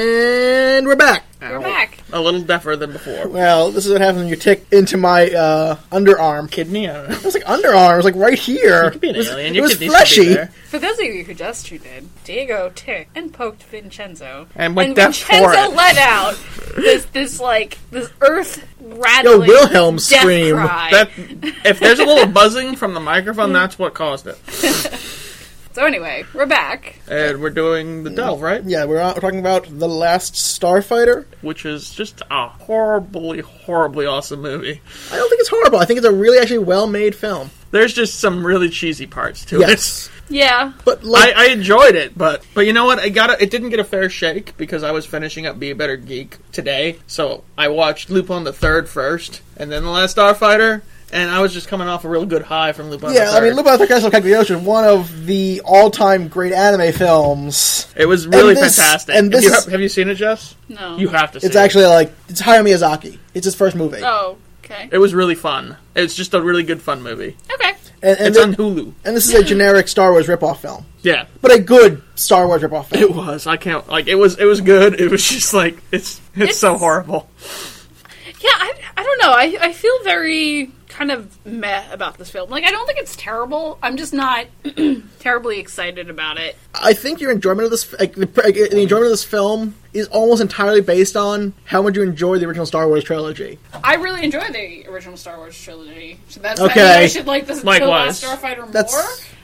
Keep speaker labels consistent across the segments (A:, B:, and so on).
A: And we're back.
B: We're
C: Ow.
B: back.
C: A little deafer than before.
A: Well, this is what happens when you tick into my uh, underarm kidney. I don't know. It was like underarm. It was like right here.
C: You could be an
A: it was,
C: alien.
A: it
C: Your
A: was
C: kidneys should be
A: fleshy.
C: there.
B: For those of you who just tuned in, Diego ticked and poked Vincenzo,
C: And went deaf for
B: Vincenzo
C: it.
B: let out this this like this earth
A: Yo,
B: rattling
A: Wilhelm
B: death
A: scream.
B: cry.
C: That if there's a little buzzing from the microphone, that's what caused it.
B: So anyway, we're back.
C: And we're doing the delve, right?
A: Yeah, we're, on- we're talking about the last Starfighter.
C: Which is just a horribly, horribly awesome movie.
A: I don't think it's horrible. I think it's a really actually well-made film.
C: There's just some really cheesy parts to
A: Yes,
B: Yeah,
A: but
C: it. I,
A: like
C: I enjoyed it, but but you know what? I got it. Didn't get a fair shake because I was finishing up Be a Better Geek today, so I watched Lupin the Third first, and then the Last Starfighter, and I was just coming off a real good high from Lupin. the
A: yeah, I
C: Third.
A: mean, Lupin the Castle Cagliostro, one of the all-time great anime films.
C: It was really
A: this-
C: fantastic.
A: and
C: Have
A: this
C: you,
A: is-
C: have you seen it, Jess?
B: no.
C: You have to. see
A: It's
C: it.
A: actually like it's Hayao Miyazaki. It's his first movie,
B: Oh, okay.
C: It was really fun. It's just a really good fun movie.
B: Okay.
A: and, and,
C: it's
A: thi-
C: on Hulu.
A: and this is a generic Star Wars ripoff film,
C: Yeah,
A: but a good Star Wars ripoff film.
C: it was. I can't like it was. It was good. It was just like it's it's, so
B: It's-
C: horrible.
B: Yeah, I, I don't know. I, I feel very kind of meh about this film. Like, I don't think it's terrible. I'm just not terribly excited about it.
A: I think your enjoyment of this, like, the, like, the enjoyment of this film, is almost entirely based on how much you enjoy the original Star Wars trilogy.
B: I really enjoy the original Star Wars trilogy. So that's I, mean,
A: Okay.
B: I should like this, the
C: Likewise.
B: last Starfighter
A: That's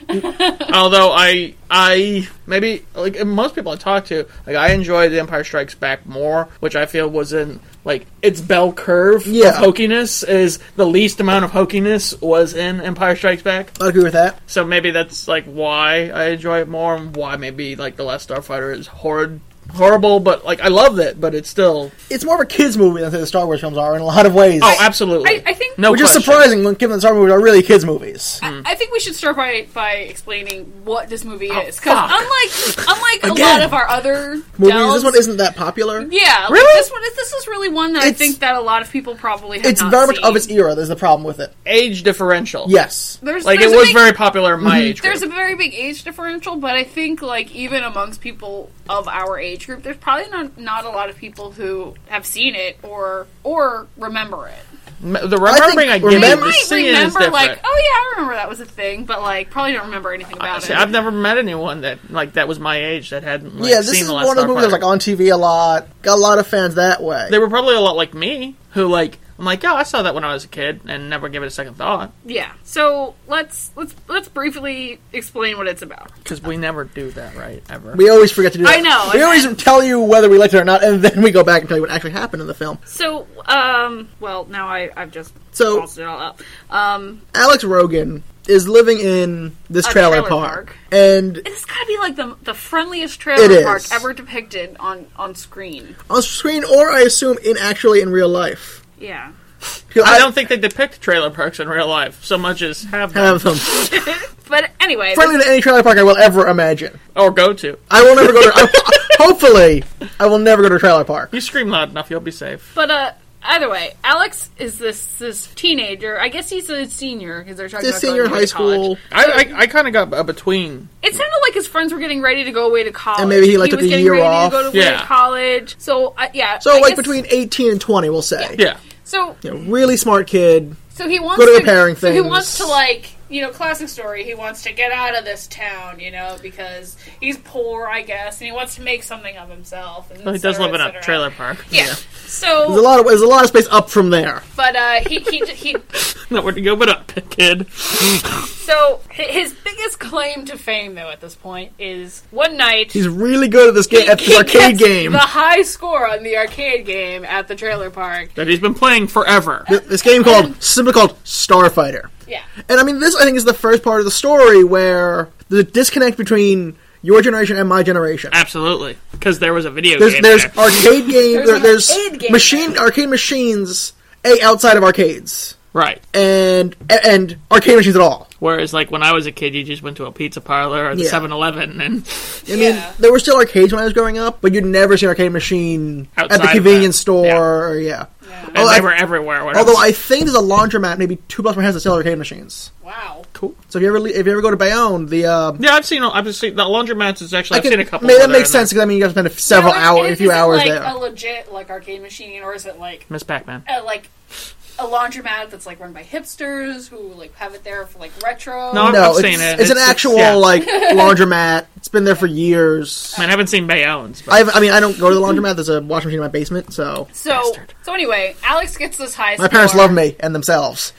B: more.
C: Although I I maybe like and most people I talk to like I enjoyed The Empire Strikes Back more, which I feel was in like its bell curve
A: Yeah.
C: of hokiness is the least amount of hokiness was in Empire Strikes Back.
A: I agree with that.
C: So maybe that's like why I enjoy it more, and why maybe like the Last Starfighter is horrid, horrible. But like I love it, but it's still
A: It's more of a kids movie than the Star Wars films are in a lot of ways,
C: oh absolutely.
B: I- I think-
C: no,
A: which is
C: question.
A: surprising when given the Star Wars movies are really kids movies.
B: I think we should start by, by explaining what this movie is. Because
C: fuck.
B: unlike, unlike a
A: Oh, Again.
B: lot of our other
A: movies.
B: delves-
A: This one isn't that popular.
B: Yeah, like,
C: Really?
B: this one is this is really one that I
A: It's-
B: think that a lot of people probably have
A: It's
B: not
A: very much
B: seen.
A: of its era. There's the problem with it.
C: Age differential.
A: Yes,
B: There's,
C: like
B: there's
C: it
B: a
C: was
B: big- Mhm.
C: very popular in my age
B: There's
C: group.
B: a very big age differential, but I think like even amongst people of our age group, there's probably not not a lot of people who have seen it or or remember it.
C: M- the remembering I,
A: think
C: give you,
B: They
A: remember-
C: the
B: might
C: seeing is
B: remember
C: different.
B: like, oh yeah, I remember that was a thing, but like probably don't remember anything about
C: See,
B: it.
C: I've never met anyone that like that was my age that hadn't like,
A: yeah. This
C: seen
A: is
C: the last
A: one of the movies that was
C: Starfighter.
A: like on TV a lot. Got a lot of fans that way.
C: They were probably a lot like me, who like I'm like, oh, I saw that when I was a kid and never gave it a second thought
B: yeah. So let's let's let's briefly explain what it's about.
C: because we never do that, right? Ever.
A: we always forget to do that.
B: I know,
A: We
B: I-
A: always tell you whether we liked it or not, and then we go back and tell you what actually happened in the film.
B: So um, well now I I've just
A: So-
B: crossed it all up. Um,
A: Alex Rogan is living in this
B: A
A: trailer,
B: Oh, trailer
A: park,
B: park.
A: and
B: it's gotta be like the the friendliest trailer
A: It
B: park
A: is.
B: ever depicted on on screen.
A: on screen, or I assume in actually in real life.
B: Yeah.
C: I don't think they depict trailer parks in real life so much as have them
A: have them
B: But anyway,
A: friendly to any trailer park I will ever imagine.
C: or go to.
A: I will never go to. I- hopefully, I will never go to a trailer park.
C: You scream loud enough, you'll be safe.
B: But uh, either way, Alex is this this teenager. I guess he's a senior because they're talking
A: This
B: about
A: senior in
B: going away
A: high
B: to college.
A: school,
C: I I, I kind of got a between.
B: It sounded like his friends were getting ready to go away to college,
A: And maybe he, like, took
B: was
A: a
B: getting
A: year
B: ready
A: off.
B: To go to away
C: Yeah.
B: to college. So uh, yeah,
A: so
B: I
A: like
B: guess-
A: between eighteen and twenty, we'll say.
C: Yeah,
B: so
A: You know, really smart kid.
B: so he wants
A: Go to
B: to
A: repairing
B: so he
A: things.
B: wants to like you know classic story. He wants to get out of this town, you know, because he's poor, I guess, and he wants to make something of himself. And
C: well, Oh, he
B: et cetera,
C: does live in
B: et
C: a
B: cetera.
C: trailer park.
B: Yeah. So,
A: There's a lot of there's a lot of space up from there.
B: but uh, he he he
C: Nowhere to go but up, kid.
B: So hi- his biggest claim to fame, though, at this point, is one night
A: He's really good at this game at this
B: he
A: arcade
B: gets
A: game.
B: the high score on the arcade game at the trailer park.
C: That he's been playing forever.
A: this game called simply called Starfighter.
B: Yeah,
A: And I mean, this I think is the first part of the story where the disconnect between your generation and my generation.
C: Absolutely, because there was a video
A: There's
C: game.
A: there's
C: there.
A: arcade games.
B: There's an
A: There's,
B: arcade game
A: machine arcade machines. A outside of arcades
C: right.
A: and and arcade machines at all.
C: Whereas, like when I was a kid, you just went to a pizza parlor or the
A: Yeah.
C: Seven Eleven, and
A: I mean,
B: Yeah.
A: there were still arcades when I was growing up, but you'd never see an arcade machine
C: Outside
A: at
C: of
A: the
C: that.
A: convenience store. Yeah.
B: Yeah.
C: And
A: Oh,
C: they
A: I-
C: were everywhere. Whatever.
A: Although I think there's a laundromat maybe two blocks from my house that sells arcade machines.
B: Wow.
C: cool.
A: So if you ever le- if you ever go to Bayonne, the uh,
C: Yeah, I've seen. I've seen the laundromats. Is actually I've
A: can-
C: seen a couple.
A: may-
C: over
A: that
C: there
A: makes
C: now.
A: sense because I mean you have to spend a- several
B: Now, is-
A: hours, a
B: is
A: few
B: it,
A: hours
B: like,
A: there.
B: A legit like arcade machine, or is it like
C: Miss Pac-Man.
B: a, like a laundromat that's like run by hipsters who like have it there for like retro?
C: No,
A: no,
C: I've
A: it's,
C: seen it.
A: it's, an
C: It's- it's-
A: actual
C: yeah.
A: like laundromat. It's been there for years.
C: Man, I haven't seen Bayonne's. But
A: I've, I mean, I don't go to the laundromat. There's a washing machine in my basement, so
B: So
C: Bastard.
B: so anyway, Alex gets this high.
A: my parents love me and themselves,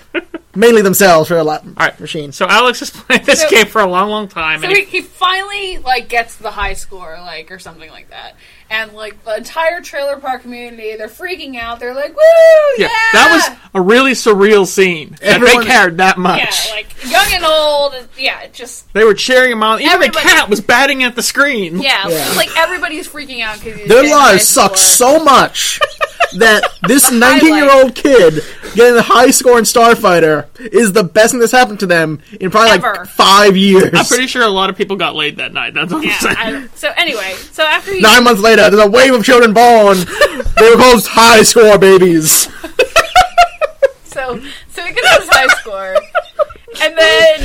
A: mainly themselves for a lot
C: all right,
A: machines.
C: So Alex has played this
B: So-
C: game for a long, long time.
B: So
C: and
B: he,
C: he,
B: he finally like gets the high score, like or something like that, and like the entire trailer park community, they're freaking out. They're like, "Woo! Yeah,
C: yeah, that was a really surreal scene. That they
A: Everyone-
C: cared that much.
B: yeah, like young and old. and- Yeah, it just
C: they were cheering him on. Even
B: Everybody-
C: the cat was batting at the screen.
B: yeah,
A: Yeah.
B: like everybody's freaking out because
A: Their lives suck so much that this 19 year old kid getting the high score in Starfighter is the best thing that's happened to them in probably
B: Ever.
A: like five years.
C: I'm pretty sure a lot of people got laid that night. That's what
B: Yeah,
C: I'm saying.
B: I don't- so anyway, so after he
A: Nine months later, there's a wave of children born. they were called high score babies.
B: So so he gets his high score, and then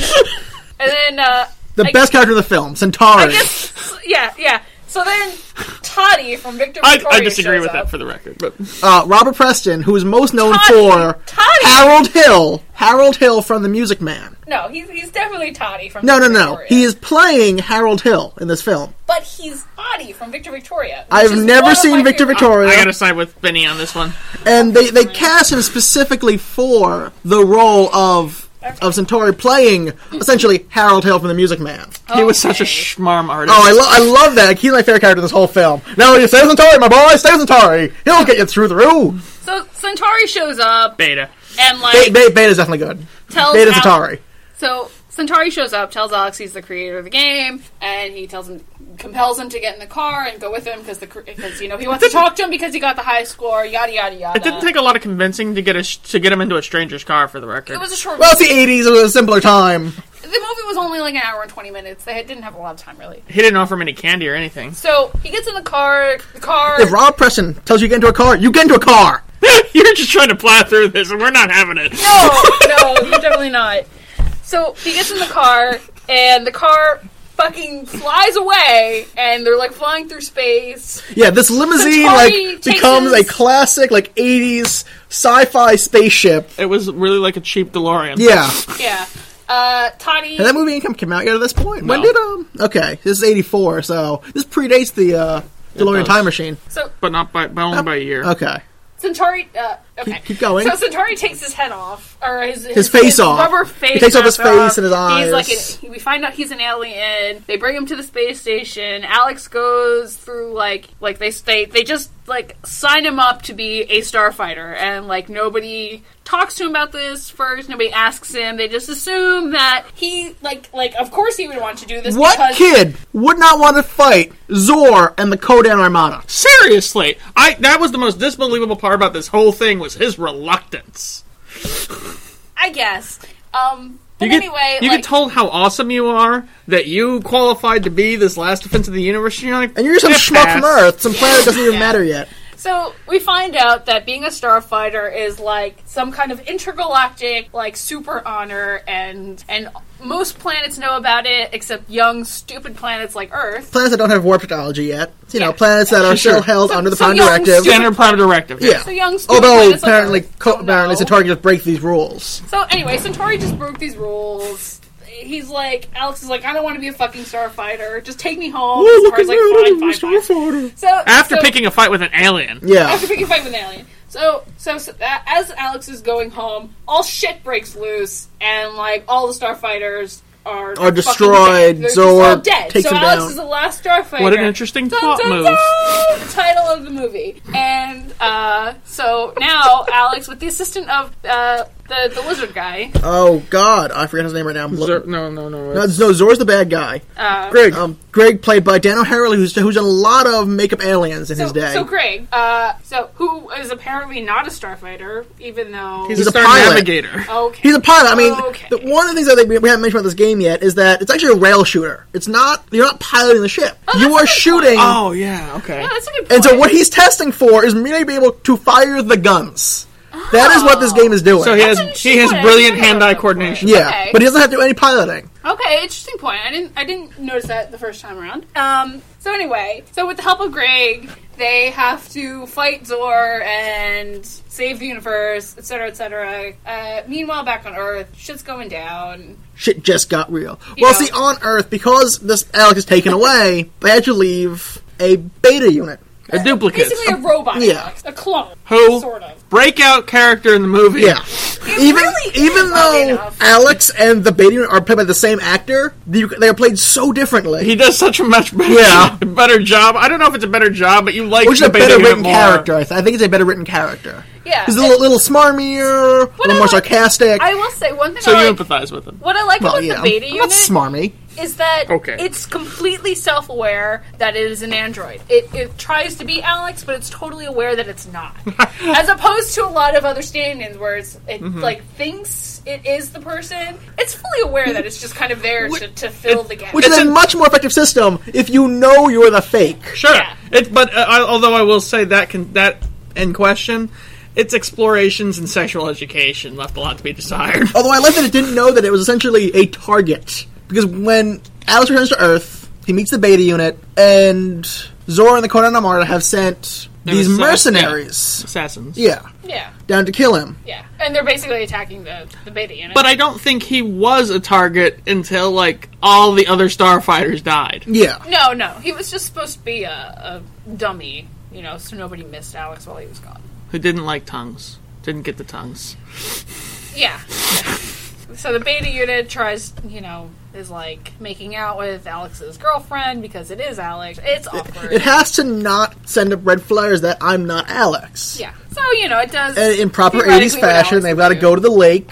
B: and then uh,
A: The
B: I-
A: best character in the film, Centauri.
B: I guess yeah yeah. So then Toddy from Victor
C: I,
B: Victoria
C: I disagree
B: shows
C: with
B: up.
C: that for the record. But
A: uh, Robert Preston, who is most known
B: Toddy,
A: for
B: Toddy.
A: Harold Hill. Harold Hill from The Music Man.
B: no, he's he's definitely Toddy from
A: No, no,
B: Victor
A: no.
B: Victoria.
A: He is playing Harold Hill in this film.
B: but he's Toddy from Victor Victoria. which
A: I've
B: is one
A: never
B: of my
A: seen Victor
B: favorite-
A: Victoria.
C: I gotta side with Benny on this one.
A: and they, they cast him specifically for the role of of Centauri playing essentially Harold Hill from The Music Man. Oh,
C: He was such a
B: Okay. Oh,
C: schmarm artist.
A: I, lo- I love that. Like, he's my favorite character in this whole film. No, you stay with Centauri, my boy. Stay with Centauri. He'll get you through the roof.
B: So Centauri shows up
C: Beta.
B: and like
A: Be- Be- Beta's definitely good.
B: tells
A: Beta's
B: Al-
A: Centauri.
B: So Centauri shows up, tells Alex he's the creator of the game, and he tells him, compels him to get in the car and go with him because the because you know he wants to talk to him because he got the high score, yada yada yada.
C: It didn't take a lot of convincing to get a sh- to get him into a stranger's car for the record.
B: It was a short.
A: Well, it's the 80s. It was a simpler time.
B: the movie was only like an hour and twenty minutes. They had- didn't have a lot of time really.
C: he didn't offer him any candy or anything.
B: So he gets in the car. The car.
A: If Rob Preston tells you to get into a car, you get into a car.
C: You're just trying to plow through this, and we're not having it.
B: no, no, you're definitely not. So he gets in the car, and the car fucking flies away, and they're like flying through space.
A: Yeah, this limousine
B: Centauri
A: like becomes
B: chases-
A: a classic like 80s sci-fi spaceship.
C: It was really like a cheap DeLorean.
A: Yeah.
B: Yeah. Uh, Toddy.
A: Did that movie income come out yet at this point? When
C: No.
A: did um? Okay, this is eighty four, so this predates the uh, DeLorean
C: does.
A: time machine.
B: So
C: but not by, by only by a year.
A: Okay,
B: Centauri. Uh, okay.
A: keep going.
B: So Centauri takes his head off, or his his,
A: face off.
B: rubber face.
A: He takes off his
B: wrap
A: face and his
B: He's
A: eyes.
B: like an, we find out he's an alien. They bring him to the space station. Alex goes through like like they they they just like sign him up to be a starfighter, and like nobody talks to him about this first. Nobody asks him. They just assume that he like like of course he would want to do this.
A: what
B: because
A: kid would not want to fight Zor and the Kodan Armada?
C: Seriously, I that was the most disbelievable part about this whole thing was his reluctance.
B: I guess. Um. But
C: You get,
B: anyway,
C: you
B: like,
C: get told how awesome you are that you qualified to be this last defense of the universe, and you're like,
A: And you're some
C: "Yeah,
A: schmuck from
C: pass."
A: Earth, some planet that doesn't even matter yet.
B: So we find out that being a starfighter is like some kind of intergalactic like super honor and and most planets know about it except young stupid planets like Earth.
A: Planets that don't have warp technology yet, you
B: Yeah.
A: know, planets that are
C: Sure.
A: still held
B: So-
A: under the
B: so
A: Prime
B: young
A: Directive.
B: students-
C: Standard Prime Directive.
A: yeah.
B: So young
C: Oh,
B: stupid
A: Although
B: planets like
A: apparently,
B: Earth
A: co-
B: don't
A: apparently
B: know.
A: Centauri just break these rules.
B: So anyway, Centauri just broke these rules. He's like Alex is like I don't want to be a fucking starfighter. Just take me home.
C: Ooh, look at
B: Centauri's
C: that, I'm a
B: like fine, fine, fine. So
C: After
B: so-
C: picking a fight with an alien.
A: Yeah,
B: after picking a fight with an alien. So, so, so that, as Alex is going home, all shit breaks loose, and like all the starfighters are are
A: destroyed,
B: They're just
A: Zor
B: all dead.
A: takes
B: so
A: them
B: Alex
A: down.
B: is the last starfighter.
C: What an interesting
B: Dun,
C: plot
B: dun,
C: move.
B: dun! title of the movie, and uh, so now Alex, with the assistant of uh, the the the wizard guy.
A: Oh God, I forget his name right now. I'm
C: Zer-
A: looking.
C: no, no, no.
A: No,
C: it's-
A: no, Zor's the bad guy.
B: Uh,
A: Greg, um, Greg, played by Dan O'Harely, who's who's done a lot of makeup aliens in
B: So,
A: his day.
B: so Greg, uh, so who is apparently not a starfighter, even though
C: he's,
A: he's
C: a
A: a
C: star
A: pilot.
C: navigator.
B: okay,
A: He's a pilot. I mean,
B: Oh, Okay.
A: the, one of the things I think we we haven't mentioned about this game yet is that it's actually a rail shooter. It's not you're not piloting the ship. you are shooting.
C: Oh yeah, okay.
B: Yeah, that's a good point.
A: And so what he's testing for is merely being able to fire the guns. That is what this
B: Oh.
A: game is doing.
C: So he has
B: That's an
C: he
B: interesting
C: has
B: point. I
C: brilliant
B: didn't know
C: hand-eye
B: about that
C: coordination.
B: before.
A: yeah,
B: okay.
A: but he doesn't have to do any piloting.
B: Okay, interesting point. I didn't I didn't notice that the first time around. Um so anyway, so with the help of Greg, they have to fight Zor and save the universe, etc., etc. Uh, meanwhile, back on Earth, shit's going down.
A: Shit just got real.
B: Yeah.
A: Well, see, on Earth, because this Alex is taken away, they had to leave a beta unit.
C: A duplicate.
B: Basically, a robot,
A: Yeah.
B: Alex, a clone,
C: Who
B: sort of.
C: breakout character in the movie?
A: Yeah. even
B: really is,
A: even
B: oddly
A: though
B: enough.
A: Alex and the beta unit are played by the same actor, they they are played so differently.
C: He does such a much better,
A: Yeah.
C: better job. I don't know if it's a better job, but you like
A: Which is
C: the
A: a better
C: Beta
A: written
C: Unit more.
A: character. I, th- I think it's a better written character.
B: Yeah,
A: He's a
B: and
A: little, little smarmier, a
B: I
A: little more
B: like-
A: sarcastic.
B: I will say one thing.
C: So
B: I
C: you
B: like,
C: empathize with him.
B: what I like
A: well,
B: about
A: yeah,
B: the beta
A: I'm not
B: unit
A: smarmy.
B: is that
C: Okay.
B: it's completely self-aware that it is an android. It, it tries to be Alex, but it's totally aware that it's not. As opposed to a lot of other stand-ins where it's, it like thinks it is the person. It's fully aware that it's just kind of there to, to fill the gap.
A: Which is
C: It's
A: a
C: a-
A: much more effective system if you know you're the fake.
C: Sure.
B: Yeah.
C: It, but uh, I, although I will say that can that in question, its explorations and sexual education left a lot to be desired.
A: Although I like that it didn't know that it was essentially a target. Because when Alex returns to Earth, he meets the beta unit, and Zora and the Conan Amara have sent these
C: assassin-
A: mercenaries.
C: Assassins.
A: Yeah.
B: yeah,
A: Down to kill him.
B: yeah. And they're basically attacking the, the beta unit.
C: But I don't think he was a target until like all the other starfighters died.
A: Yeah.
B: no, no. He was just supposed to be a, a dummy, you know, so nobody missed Alex while he was gone.
C: Who didn't like tongues. Didn't get the tongues.
B: Yeah. so the beta unit tries, you know, is like making out with Alex's girlfriend because it is Alex. It's awkward.
A: It has to not send up red flares that I'm not Alex.
B: yeah. So you know, it does.
A: And uh, in proper
B: theoretically
A: 80s
B: what
A: fashion,
B: Alex
A: they've
B: would
A: got to
B: do.
A: go to the lake.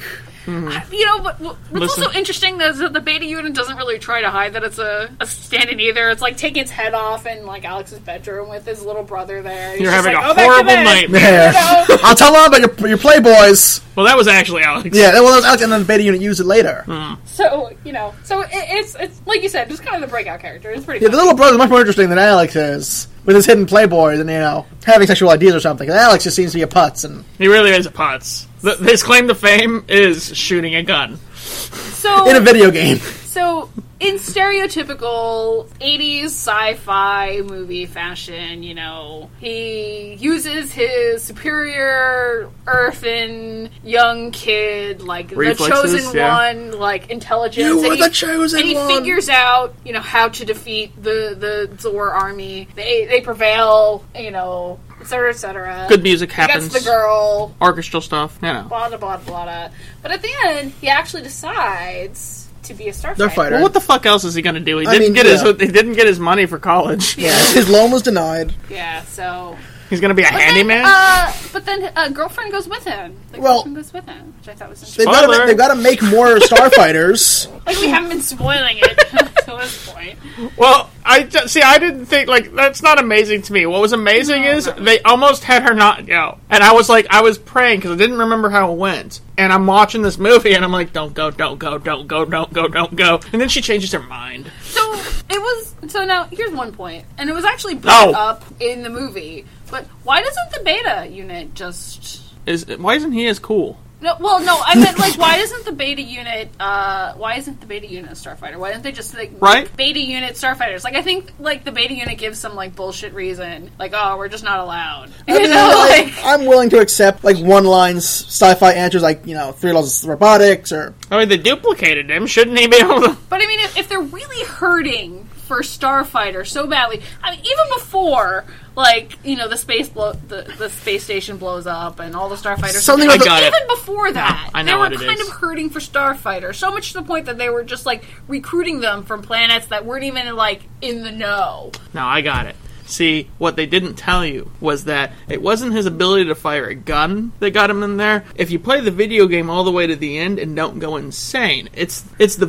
B: You know, but what's
C: Listen.
B: also interesting is that the beta unit doesn't really try to hide that it's a, a stand-in either. It's like taking its head off in like Alex's bedroom with his little brother there. He's
C: You're
B: just
C: having
B: like,
C: a
B: "Go back to
C: horrible
B: bed."
C: night.
A: Yeah.
B: No.
A: I'll tell them about your, your Playboys.
C: Well, that was actually Alex.
A: Yeah, well, that was Alex, and then the beta unit used it later.
B: So you know, so it, it's it's like you said, just kind of the breakout character. It's pretty.
A: Yeah,
B: Yeah,
A: the little brother's much more interesting than Alex is with his hidden playboys and you know having sexual ideas or something. And Alex just seems to be a putz, and
C: He really is a putz. Th- his claim to fame is shooting a gun.
B: so
A: in a video game,
B: So, in stereotypical 80s sci fi movie fashion, you know, he uses his superior earthen young kid, like
C: Reflexes,
B: the chosen
C: yeah.
B: one, like intelligence.
A: You
B: and
A: were
B: he-
A: the chosen
B: And he
A: one.
B: figures out, you know, how to defeat the, the Zor army. They, they prevail, you know, et cetera, et cetera.
C: Good music
B: He gets
C: happens.
B: the girl
C: Orchestral stuff. You know.
B: blah blah blah blah. blah. But at the end, he actually decides to be a
A: they're
B: starfighter.
A: fighter.
C: Well, what the fuck else is he gonna do? He
A: I
C: didn't
A: mean,
C: get his
A: yeah.
C: he didn't get his money for college.
A: yeah, his loan was denied.
B: Yeah. So.
C: He's gonna be a
B: But then,
C: handyman.
B: uh, but then a girlfriend goes with him. The
A: Well-
B: girlfriend goes with him, which I thought was
A: They've
B: interesting.
A: got, to,
C: Spoiler.
A: they've got to make more starfighters.
B: Like we haven't been spoiling it to this point.
C: well, I ju- see. I didn't think like that's not amazing to me. What was amazing is they almost had her not go, and I was like, I was praying because I didn't remember how it went. And I'm watching this movie, and I'm like, don't go, don't go, don't go, don't go, don't go. And then she changes her mind.
B: So it was. So now here's one point, and it was actually brought
C: No.
B: up in the movie. But why doesn't the beta unit just?
C: Is why isn't he as cool?
B: No, well, no, I meant like, why isn't the beta unit? Uh, why isn't the beta unit a starfighter? Why don't they just like make
C: Right.
B: beta unit starfighters? Like, I think like the beta unit gives some like bullshit reason, like, oh, we're just not allowed. You
A: I mean,
B: know,
A: like,
B: like,
A: I'm willing to accept like one line sci-fi answers, like you know three laws of robotics or
C: I mean, they duplicated him. Shouldn't he be able to?
B: But I mean, if, if they're really hurting for Starfighter so badly, I mean, even before, like you know, the space blow, the, the space station blows up and all the Starfighters.
A: Something
B: are
A: like
B: dead,
C: I got it.
B: even before that,
C: I
B: they
C: know
B: were
C: what it
B: kind
C: is.
B: of hurting for Starfighter. So much to the point that they were just like recruiting them from planets that weren't even like in the know.
C: No, I got it. See, what they didn't tell you was that it wasn't his ability to fire a gun that got him in there. If you play the video game all the way to the end and don't go insane, it's it's the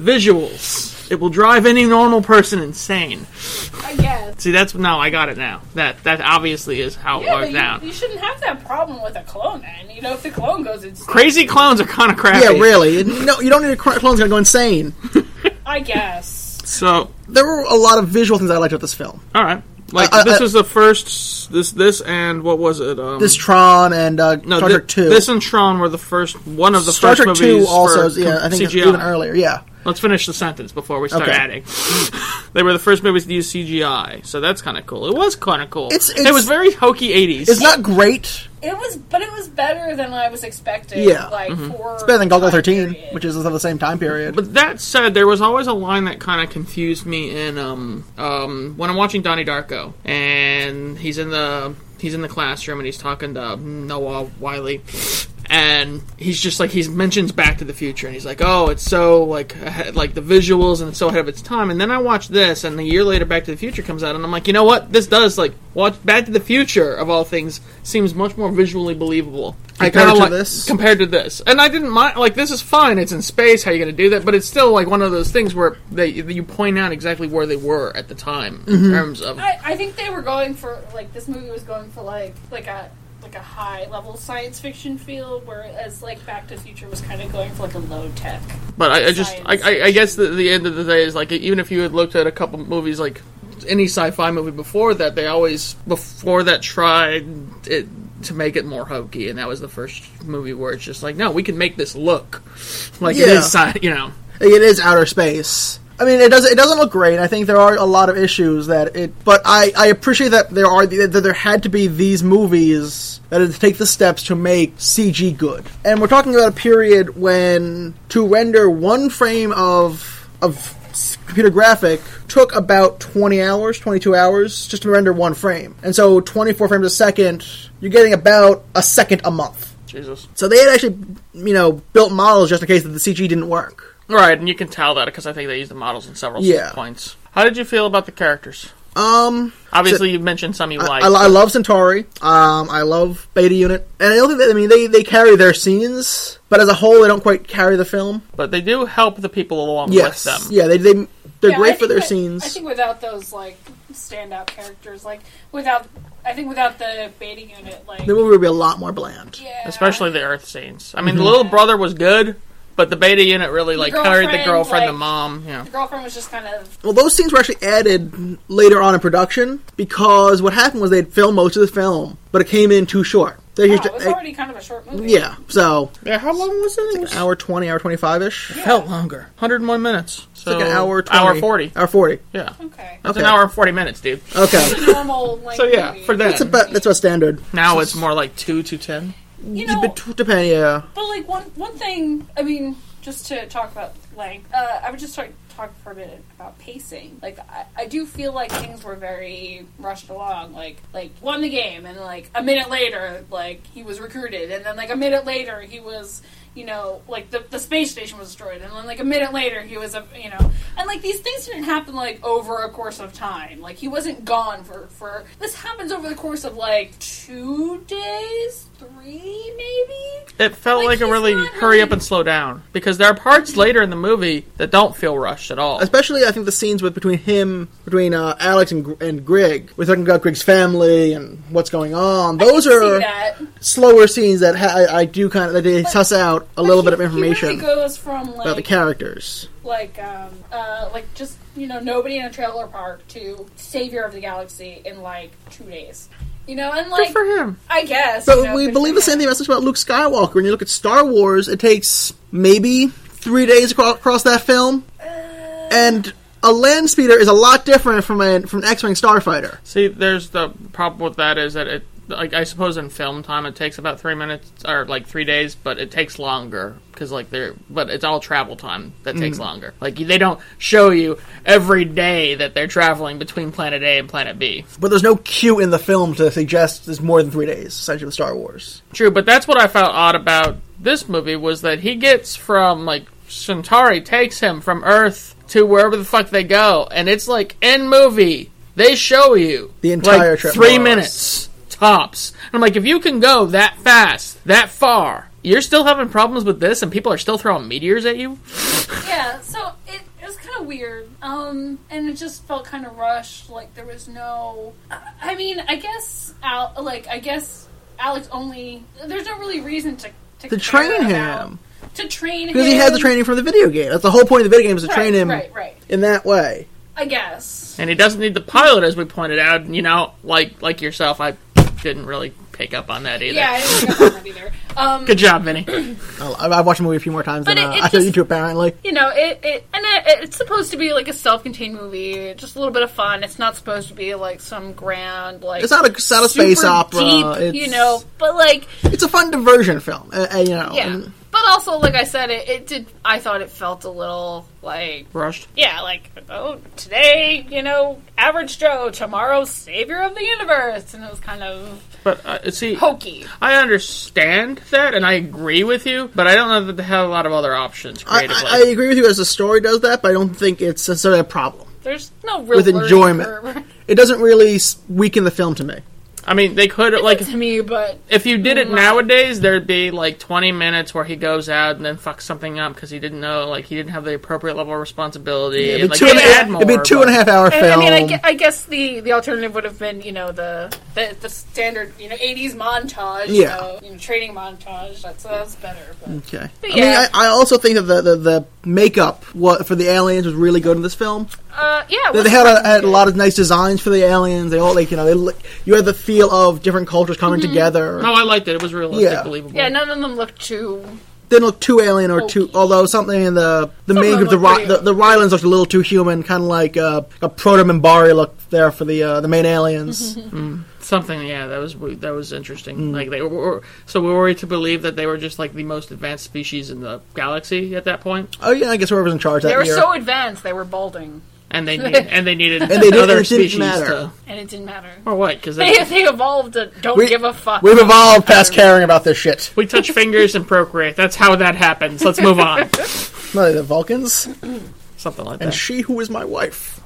C: visuals. It will drive any normal person insane.
B: I guess.
C: See, that's no, I got it now. That that obviously is how it
B: Yeah,
C: worked
B: but
C: out.
B: you, you shouldn't have that problem with a clone, then. You know, if the clone goes, it's.
C: Crazy clones are kind of crappy.
A: Yeah, really. No, you don't need a cr- clone's gonna go insane.
B: I guess.
C: So,
A: There were a lot of visual things I liked about this film.
C: all right. Like
A: Uh, uh,
C: this
A: uh,
C: is the first this this and what was it? Um,
A: This Tron and uh, Star
C: thi-
A: Trek Two.
C: This and Tron were the first one of the
A: Star
C: first
A: Trek
C: movies
A: Two also,
C: for
A: yeah, I think it's
C: CGI.
A: even earlier. Yeah,
C: Let's finish the sentence before we start
A: Okay.
C: adding. they were the first movies to use CGI, so that's kind of cool. It was kind of cool.
A: It's-
C: it
A: it's-
C: was very hokey 80s.
A: it's not great.
B: It was, but it was better than I was expecting.
A: Yeah.
B: Like,
C: Mm-hmm.
B: for. It's
A: Better than Goggle Thirteen, which is of the same time period.
C: But that said, there was always a line that kind of confused me in um, um, when I'm watching Donnie Darko, and he's in the he's in the classroom and he's talking to Noah Wiley, and he's just like he mentions Back to the Future, and he's like, oh, it's so like ahead- like the visuals and it's so ahead of its time. And then I watch this, and a year later, Back to the Future comes out, and I'm like, you know what? This does like watch Back to the Future of all things seems much more visually believable.
A: Compared
C: kinda
A: to
C: like-
A: this?
C: compared to this. And I didn't mind. Like this is fine. It's in space. How you going to do that? But it's still like one of those things where they you point out exactly where they were at the time
A: Mm-hmm.
C: in terms of.
B: I, I think they were going for like this movie was going for like like a like a high level science fiction feel, whereas like Back to the Future was kind of going for like a low tech.
C: But I, I just I,
B: Science.
C: I, I guess the, the end of the day is like even if you had looked at a couple movies like any sci-fi movie before that, they always before that tried it to make it more hokey, and that was the first movie where it's just like no, we can make this look like it
A: Yeah.
C: is sci- you know.
A: it is outer space. I mean, it does. It doesn't look great. I think there are a lot of issues that it. But I, I appreciate that there are that there had to be these movies that had to take the steps to make CG good. And we're talking about a period when to render one frame of of s- computer graphic took about 20 hours, 22 hours just to render one frame. And so 24 frames a second, you're getting about a second a month.
C: Jesus.
A: So they had actually, you know, built models just in case that the CG didn't work.
C: Right, and you can tell that because I think they use the models in several
A: Yeah.
C: points. How did you feel about the characters?
A: Um,
C: Obviously, you mentioned some you liked.
A: I, I love Centauri. Um, I love Beta Unit, and I don't think that, I mean they they carry their scenes, but as a whole, they don't quite carry the film.
C: but they do help the people along
A: Yes,
C: with them.
A: yeah, they they they're
B: Yeah, I
A: great for
B: think
A: their
B: that-
A: scenes.
B: I think without those like standout characters, like without I think without the beta unit, like
A: the movie would be a lot more bland.
B: yeah,
C: Especially the Earth scenes. I mean, the little brother was good, but the beta unit really like carried the
B: girlfriend,
C: girlfriend, the
B: like-
C: mom. Yeah,
B: the girlfriend was just kind of
A: Well, those scenes were actually added later on in production because what happened was they'd filmed most of the film, but it came in too short. They
B: oh,
A: just-
B: it was already kind of a short movie.
A: yeah, so
C: yeah. How long was it? It was-
A: hour twenty, hour twenty five ish.
C: felt longer. Hundred and one minutes. So
A: Like an hour, 20,
C: hour forty.
A: hour forty.
C: Yeah, it's
B: Okay.
C: an
A: Okay.
C: hour and forty minutes, dude.
A: Okay,
B: Normal like
C: Oh. So yeah,
B: movie.
C: for that.
A: that's about that's about standard.
C: now it's more like two to ten.
B: you know,
A: Bet- depend- yeah.
B: But like one one thing, I mean, just to talk about length, uh, I would just talk talk for a minute about pacing. Like I, I do feel like things were very rushed along. Like like won the game, and like a minute later, like he was recruited, and then like a minute later, he was. You know, like the, the space station was destroyed, and then like a minute later, he was a you know, and like these things didn't happen like over a course of time. Like he wasn't gone for for this happens over the course of like two days, three maybe.
C: It felt like,
B: Like,
C: a
B: he's
C: really
B: not
C: hurry up
B: really-
C: and slow down because there are parts later in the movie that don't feel rushed at all.
A: especially I think the scenes with between him, between uh, Alex and Gr- and Grig. We're talking about Grig's family and what's going on. Those
B: see
A: are
B: that.
A: slower scenes that ha- I, I do kind of that they suss out a little
B: But
A: bit of
B: he-
A: information
B: He really goes from
A: about the
B: like
A: characters.
B: like um uh like just you know nobody in a trailer park to savior of the galaxy in like two days. You know, and
C: Good
B: like
C: for him.
B: I guess.
A: But
B: you know,
A: we
B: good
A: believe
B: for
A: the same thing
B: him.
A: about about Luke Skywalker. When you look at Star Wars, it takes maybe three days across, across that film,
B: Uh,
A: and a land speeder is a lot different from an from an X-wing starfighter.
C: See, there's the problem with that is that it, like, I suppose in film time it takes about three minutes or like three days, but it takes longer because like they're, but it's all travel time that takes longer. Like they don't show you every day that they're traveling between planet A and planet B.
A: But there's no cue in the film to suggest there's more than three days. Essentially, with Star Wars.
C: True, but that's what I felt odd about this movie was that he gets from like Centauri takes him from Earth to wherever the fuck they go, and it's like in movie They show you
A: The entire
C: like,
A: trip,
C: three
A: more or less.
C: minutes tops. And I'm like, if you can go that fast, that far, you're still having problems with this, and people are still throwing meteors at you.
B: Yeah, so it, it was kind of weird. Um, and it just felt kind of rushed. Like there was no. I- I mean, I guess Al, like I guess Alex only. There's no really reason to
A: To
B: to, care
A: train
B: about-
A: him.
B: To train him
A: Because he had the training from the video game. That's the whole point of the video game is to
B: Right,
A: train him
B: Right, right.
A: in that way.
B: I guess.
C: And he doesn't need the pilot, as we pointed out. You know, like like yourself, I didn't really pick up on that either.
B: Yeah, I didn't pick up on that either. Um,
C: Good job, Vinny.
A: I- I've watched the movie a few more times
B: But
A: than
B: it-
A: uh,
B: it
A: I thought you
B: just-
A: do, apparently.
B: you know, it, it and it, it's supposed to be like a self-contained movie, just a little bit of fun. It's not supposed to be like some grand like
A: It's not a, it's not a space
B: super
A: opera.
B: deep,
A: it's,
B: you know. But like,
A: it's a fun diversion film. Uh, uh, you know,
B: yeah.
A: and-
B: but also, like I said, it, it did. I thought it felt a little like
C: Rushed.
B: yeah, like oh, today you know, average Joe, tomorrow savior of the universe, and it was kind of
C: But uh, see,
B: hokey.
C: I understand that, and I agree with you, but I don't know that they have a lot of other options
A: I,
C: creatively.
A: I, I agree with you as the story does that, but I don't think it's necessarily a problem.
B: There's no real
A: With
B: learning
A: enjoyment.
B: curve
A: It doesn't really s- weaken the film to me.
C: I mean, they could like
B: to me, but
C: if you did it
B: Right.
C: nowadays, there'd be like 20 minutes where he goes out and then fucks something up because he didn't know, like he didn't have the appropriate level of responsibility.
A: It'd
C: and,
A: be
C: like,
A: two and a
C: they'd
A: half
C: add more,
A: it'd be a two
C: but-
A: and a half hour
B: I-
A: film.
B: I mean, I, gue- I guess the, the alternative would have been, you know, the the, the standard, you know, '80s montage, you
A: Yeah. Hmm.
B: know, you know, training montage. That's that's better. But.
A: Okay.
B: But
A: I mean,
B: yeah.
A: I, I also think that the, the, the makeup wa- for the aliens was really good in this film.
B: Uh, yeah, it
A: They-
B: was
A: They had a,
B: fun.
A: had a lot of nice designs for the aliens. They all like you know they look, you had the feel of different cultures coming
B: Mm-hmm.
A: together.
C: No, Oh, I liked it. It was realistic,
A: Yeah.
C: believable.
B: Yeah, none of them looked too.
A: Didn't look too alien or too.
B: Hokey.
A: Although something in the the main
B: of
A: group,
B: them
A: the,
B: look
A: Ry-
B: pretty
A: the the Rylands looked a little too human, kind of like uh, a proto Mimbari look there for the uh, the main aliens.
C: Something, yeah, that was that was interesting.
A: Mm.
C: Like they were, so we were to believe that they were just like the most advanced species in the galaxy at that point,
A: oh yeah, I guess whoever's in charge
B: They
A: that
B: were
A: year.
B: so advanced, they were balding,
C: and they need, and they needed
A: they didn't-
C: other
A: it didn't
C: species
A: matter.
C: to
B: and it didn't matter.
C: or what? Because
B: They, they evolved to don't
A: Oh. We-
B: give a fuck. Um,
A: We've evolved past caring about this shit.
C: We touch fingers and procreate. That's how that happens. Let's move on.
A: No, the Vulcans
C: Something like
A: and
C: that.
A: she who is my wife.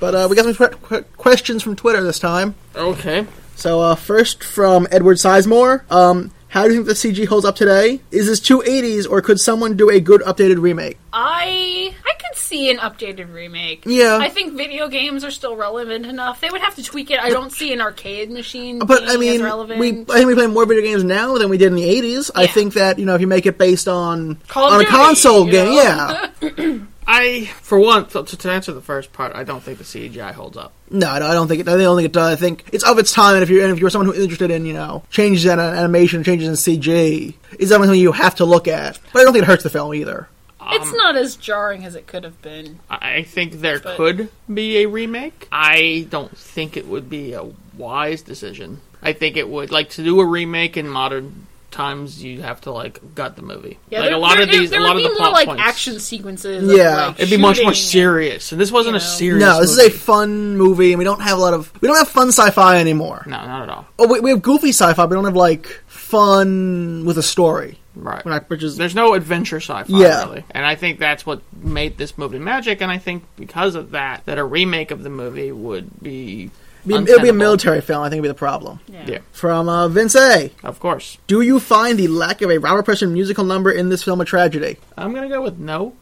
A: but uh, we got some que- que- questions from Twitter this time.
C: Okay.
A: So uh, first from Edward Sizemore. Um, how do you think the CG holds up today? Is this two eighties, or could someone do a good updated remake?
B: I I could see an updated remake.
A: Yeah.
B: I think video games are still relevant enough. They would have to tweak it. I don't see an arcade machine.
A: But
B: being
A: I mean,
B: as relevant.
A: we I think we play more video games now than we did in the eighties. I
B: Yeah.
A: think that you know if you make it based on
B: Call of
A: on
B: Duty,
A: a console
B: you
A: game,
B: know?
A: yeah.
C: I, for one, to, to answer the first part, I don't think the CGI holds up.
A: No, I don't- I don't think it. I don't think it does. I think it's of its time. And if you're and if you're someone who's interested in you know changes in animation, changes in CG, is something you have to look at. But I don't think it hurts the film either.
B: It's not as jarring as it could have been.
C: I I think there
B: But-
C: could be a remake. I don't think it would be a wise decision. I think it would like to do a remake in modern times. You have to like gut the movie. like
B: there-
C: a lot
B: there-
C: of these,
B: there
C: a lot
B: would
C: of
B: be
C: the
B: more
C: plot
B: like
C: points.
B: action sequences. of,
A: Yeah.
B: like,
C: It'd be much more
B: shooting and-
C: serious, and this wasn't
B: you
C: a
B: know.
C: serious.
A: No, this
C: movie.
A: is a fun movie, and we don't have a lot of we don't have fun sci-fi anymore.
C: no, not at all.
A: Oh, we, we have goofy sci-fi, but we don't have like fun with a story.
C: Right.
A: We're not- which is-
C: There's no adventure sci-fi
A: Yeah.
C: really, and I think that's what made this movie magic. And I think because of that, that a remake of the movie would be,
A: be- it'll be a
C: untenable.
A: military film. I think would be the problem.
C: Yeah,
A: From uh, Vince A.
C: of course.
A: Do you find the lack of a Robert Preston musical number in this film a tragedy?
C: I'm gonna go with no.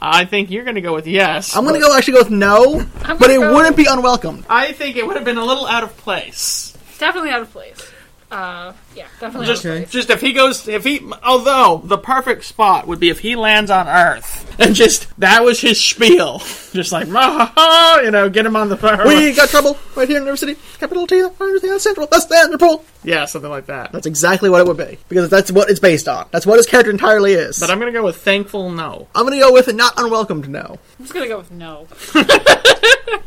C: I think you're gonna go with yes.
A: I'm
C: but
A: gonna go actually go with no,
B: I'm
A: but
B: gonna
A: it
B: go-
A: wouldn't be unwelcomed.
C: I think it would have been a little out of place.
B: Definitely out of place. Uh, yeah, definitely
C: Just,
B: out of place.
C: just if he goes, if he, although the perfect spot would be if he lands on Earth and just that was his spiel, just like, "Ah, ha, ha," you know, get him on the phone.
A: We got trouble right here in River City, capital T, everything on Central. That's the Interpol.
C: yeah, something like that.
A: That's exactly what it would be because that's what it's based on. That's what his character entirely is.
C: But I'm gonna go with thankful no.
A: I'm gonna go with it, not unwelcomed. No.
B: I'm just gonna go with no.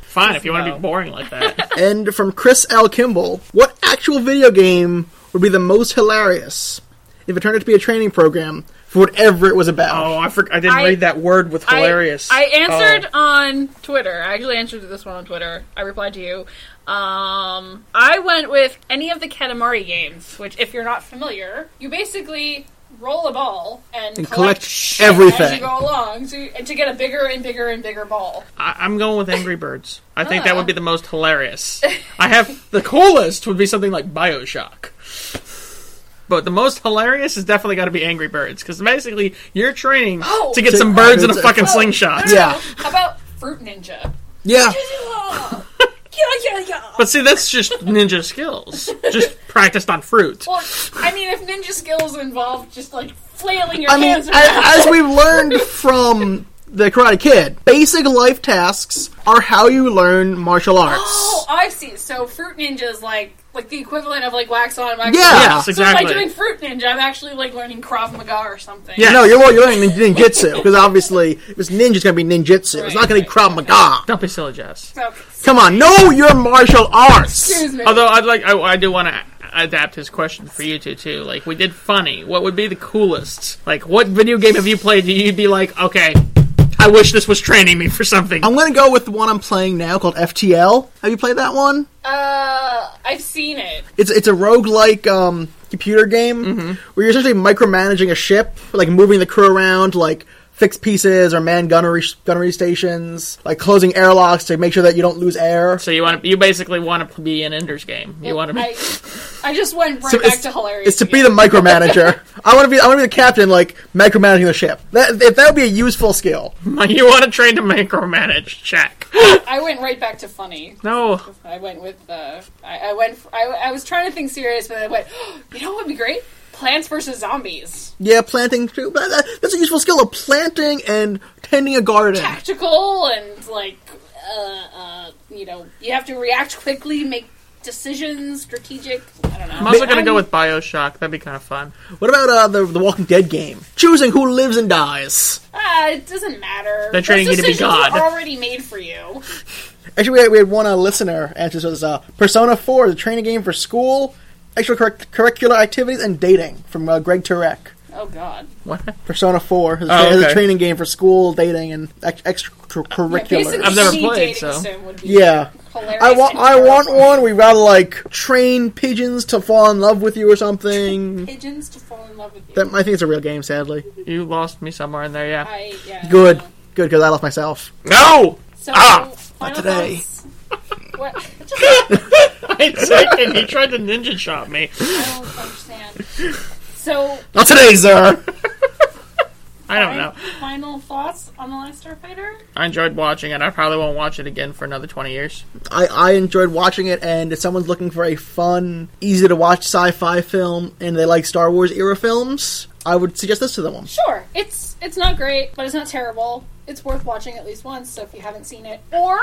C: Fine, if you want to
B: no.
C: be boring like that.
A: And from Chris L. Kimball, what actual video game would be the most hilarious if it turned out to be a training program for whatever it was about?
C: oh, I for, I didn't
B: I-
C: read that word with
B: I-
C: hilarious.
B: I, answered
C: Oh.
B: on Twitter. I actually answered this one on Twitter. I replied to you. Um, I went with any of the Katamari games, which, if you're not familiar, you basically roll a ball and,
A: And
B: collect,
A: collect
B: shit as
A: everything.
B: you go along to, and to get a bigger and bigger and bigger ball.
C: I, I'm going with Angry Birds. I think that would
B: Ah.
C: be the most hilarious. I have the coolest would be something like Bioshock. But the most hilarious has definitely got to be Angry Birds because basically you're training
B: Oh!
C: to get
A: To-
C: some birds in a
A: to-
C: fucking
A: Oh,
C: slingshot.
B: No, no, no.
A: Yeah.
B: How about Fruit Ninja?
A: Yeah.
B: yeah, yeah, yeah.
C: But see, that's just ninja skills, just practiced on fruit.
B: Well, I mean, if ninja skills involve just like flailing your
A: I mean,
B: hands around,
A: as, as we've learned from the Karate Kid, basic life tasks are how you learn martial arts.
B: oh, I see. So fruit ninja is like like the equivalent of like wax on, wax
A: Yeah.
B: off.
C: Yes,
B: So by
C: exactly.
B: doing fruit ninja, I'm actually like learning Krav Maga or something.
C: Yeah.
A: No, you're well, you're learning ninjutsu because obviously if it's ninja's gonna be ninjutsu. it's not gonna be Krav Maga.
C: Don't be silly, Jess.
B: Okay.
A: Come on, know your martial arts.
B: Excuse me.
C: Although I'd like, I, I do want to adapt his question for you two too. Like we did funny. What would be the coolest? Like what video game have you played? that You'd be like, okay, I wish this was training me for something.
A: I'm gonna go with the one I'm playing now called FTL. Have you played that one?
B: uh, I've seen it.
A: It's it's a roguelike um, computer game
B: Mm-hmm.
A: where you're essentially micromanaging a ship, like moving the crew around, like fixed pieces or man gunnery gunnery stations, like closing airlocks to make sure that you don't lose air.
C: So you want to, you basically want to be an Ender's game. You want to be.
B: I, I just went right
A: So
B: back
A: it's-
B: to hilarious.
A: It's to be
B: again.
A: the micromanager. I want to be I want to be the captain, like micromanaging the ship. That if that would be a useful skill.
C: You want to train to micromanage. Check.
B: I went right back to funny.
C: No.
B: I went with uh, I, I went. f I I I was trying to think serious, but I went. you know what would be great? Plants versus zombies.
A: Yeah, planting too. But that, that's a useful skill of planting and tending a garden.
B: Tactical and like, uh, uh, you know, you have to react quickly, make decisions, strategic. I don't know.
C: I'm also gonna go with Bioshock. That'd be kind of fun.
A: What about uh, the the Walking Dead game? Choosing who lives and dies.
B: Ah, it doesn't matter.
C: They're training you to be
B: decisions were
C: God.
B: already made for you.
A: Actually, we had, we had one uh, listener answer this was uh, Persona Four, the training game for school, extracurricular activities, and dating from uh, Greg Turek.
B: Oh God.
C: What?
A: Persona Four is,
C: Oh,
A: is
C: okay.
A: a training game for school, dating, and ex- extracurricular.
B: Basically,
C: I've never
B: any
C: played,
B: dating
C: so-
B: sim would be
A: yeah.
B: hilarious.
A: I want
B: and
A: I want
B: terrifying.
A: one. We gotta like train pigeons to fall in love with you or something.
B: pigeons to fall in love with you.
A: That I think it's a real game, sadly.
C: You lost me somewhere in there, yeah.
B: I, yeah, I
A: Good,
B: don't know.
A: good because I left myself.
C: No.
B: So,
C: Ah!
B: final
A: today.
B: thoughts? What? Just, I
C: It's like he tried to ninja shot me.
B: don't understand. So,
A: Not today, sir.
C: I don't know.
B: Final thoughts on the Last Starfighter?
C: I enjoyed watching it. I probably won't watch it again for another 20 years.
A: I, I enjoyed watching it, and if someone's looking for a fun, easy to watch sci fi film and they like Star Wars era films, I would suggest this to them.
B: Sure, it's it's not great, but it's not terrible. It's worth watching at least once. So if you haven't seen it, or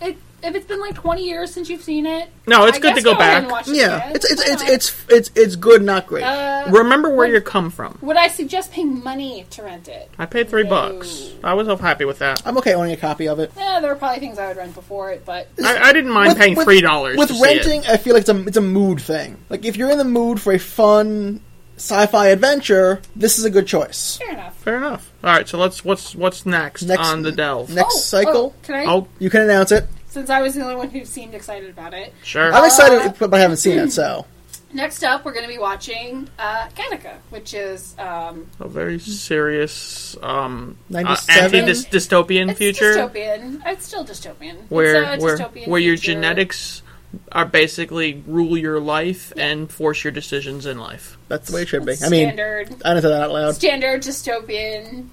B: it, if it's been like twenty years since you've seen it,
C: No, it's
B: I
C: good to
B: guess
C: go
B: ahead
C: back.
B: and watch it
A: Yeah,
B: again.
A: it's it's
B: Why
A: it's
B: not?
A: it's it's it's good, not great.
B: Uh,
C: Remember where you come from.
B: would I suggest paying money to rent it?
C: I paid three
B: No.
C: bucks. I was so happy with that.
A: I'm okay owning a copy of it.
B: Yeah, there were probably things I would rent before it, but
C: I, I didn't mind
A: With-
C: paying
A: with-
C: three dollars
A: With
C: to see it.
A: renting, I feel like it's a it's a mood thing. Like if you're in the mood for a fun sci-fi adventure, this is a good choice.
B: fair enough.
C: Fair enough. All right, so let's what's what's next,
A: Next-
C: on the delve?
A: next- cycle?
B: Oh, can I?
C: oh,
A: You can announce it.
B: Since I was the only one who seemed excited about it.
C: sure.
A: I'm
B: Uh,
A: excited, but I haven't seen it, so
B: Next up, we're going to be watching uh, Gattaca, which is um,
C: a very serious um uh,
A: 97?
C: anti-dystopian
B: it's
C: future
B: dystopian. It's still dystopian.
C: where
B: it's a
C: where
B: dystopian
C: where your
B: future.
C: genetics are basically rule your life and force your decisions in life.
A: that's the way it should be. I mean,
B: standard,
A: I didn't say that out loud.
B: standard dystopian.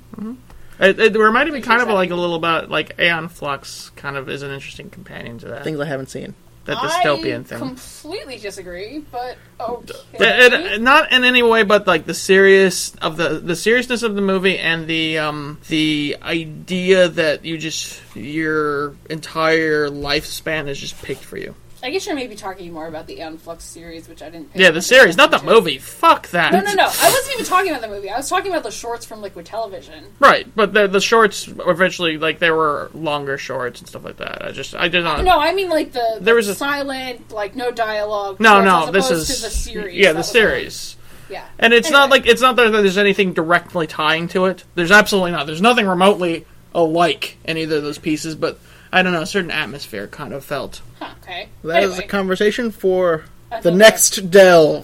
C: It, it reminded me kind of like a little about like Aeon Flux kind of is an interesting companion to that
A: Things I haven't seen.
C: that dystopian
B: I
C: thing.
B: completely disagree, but okay.
C: It- it- not in any way, but like the serious of the the seriousness of the movie and the um the idea that you just your entire lifespan is just picked for you.
B: I guess you're maybe talking more about the Aeon Flux series, which I didn't. pay
C: Yeah, the
B: much
C: series, not the
B: attention to.
C: movie. Fuck that.
B: No, no, no. I wasn't even talking about the movie. I was talking about the shorts from Liquid Television.
C: Right, but the the shorts eventually like there were longer shorts and stuff like that. I just I did not.
B: No, I mean like the
C: There was a-
B: silent, like no dialogue.
C: no,
B: shorts
C: no,
B: as
C: this
B: opposed
C: is
B: to the series.
C: Yeah,
B: That
C: the
B: was
C: series.
B: all. Yeah,
C: And it's not
B: Anyway.
C: like it's not that there's anything directly tying to it. There's absolutely not. There's nothing remotely alike in either of those pieces, but I don't know, a certain atmosphere kind of felt.
B: Huh, okay.
A: That is
B: Anyway.
A: a conversation for
B: I
A: the
B: think
A: next delve.